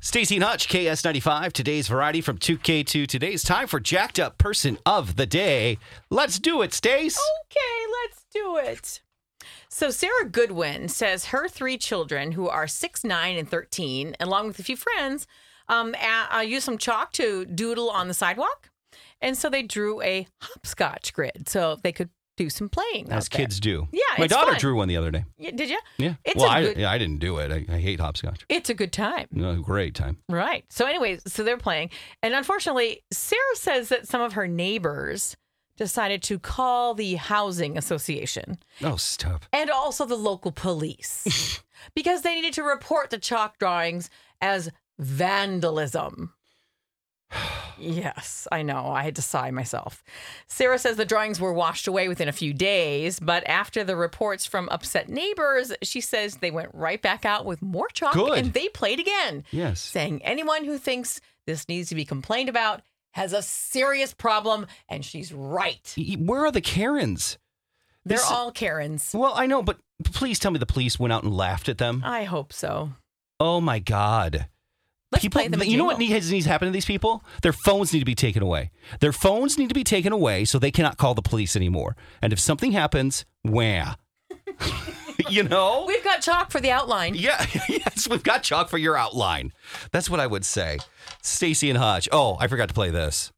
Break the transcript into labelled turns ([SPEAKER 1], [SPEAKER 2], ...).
[SPEAKER 1] Stacey and Hutch, KS95, today's variety from 2K2. Today's time for Jacked Up Person of the Day. Let's do it, Stace.
[SPEAKER 2] Oh, Okay, let's do it. So Sarah Goodwin says her three children, who are six, nine, and thirteen, along with a few friends, um, a- uh, used some chalk to doodle on the sidewalk, and so they drew a hopscotch grid so they could do some playing.
[SPEAKER 1] As
[SPEAKER 2] out there.
[SPEAKER 1] kids do.
[SPEAKER 2] Yeah,
[SPEAKER 1] My
[SPEAKER 2] it's
[SPEAKER 1] daughter
[SPEAKER 2] fun.
[SPEAKER 1] drew one the other day.
[SPEAKER 2] Yeah, did you?
[SPEAKER 1] Yeah.
[SPEAKER 2] It's
[SPEAKER 1] well,
[SPEAKER 2] a
[SPEAKER 1] I,
[SPEAKER 2] good-
[SPEAKER 1] yeah, I didn't do it. I, I hate hopscotch.
[SPEAKER 2] It's a good time.
[SPEAKER 1] No, great time.
[SPEAKER 2] Right. So, anyways, so they're playing. And unfortunately, Sarah says that some of her neighbors decided to call the housing association
[SPEAKER 1] Oh, stop.
[SPEAKER 2] and also the local police because they needed to report the chalk drawings as vandalism. Yes, I know. I had to sigh myself. Sarah says the drawings were washed away within a few days, but after the reports from upset neighbors, she says they went right back out with more chalk
[SPEAKER 1] Good.
[SPEAKER 2] and they played again
[SPEAKER 1] Yes.
[SPEAKER 2] saying anyone who thinks this needs to be complained about has a serious problem, and she's right.
[SPEAKER 1] E- Where are the Karens?
[SPEAKER 2] They're
[SPEAKER 1] This-
[SPEAKER 2] all Karens.
[SPEAKER 1] Well, I know, but please tell me the police went out and laughed at them.
[SPEAKER 2] I hope so.
[SPEAKER 1] Oh my God.
[SPEAKER 2] Let's
[SPEAKER 1] people,
[SPEAKER 2] play them. a
[SPEAKER 1] you know what
[SPEAKER 2] jingle.
[SPEAKER 1] needs, needs to happen to these people? Their phones need to be taken away. Their phones need to be taken away so they cannot call the police anymore. And if something happens, where? you know?
[SPEAKER 2] We've got chalk for the outline.
[SPEAKER 1] Yeah, yes, we've got chalk for your outline. That's what I would say. Stacy and Hodge. Oh, I forgot to play this.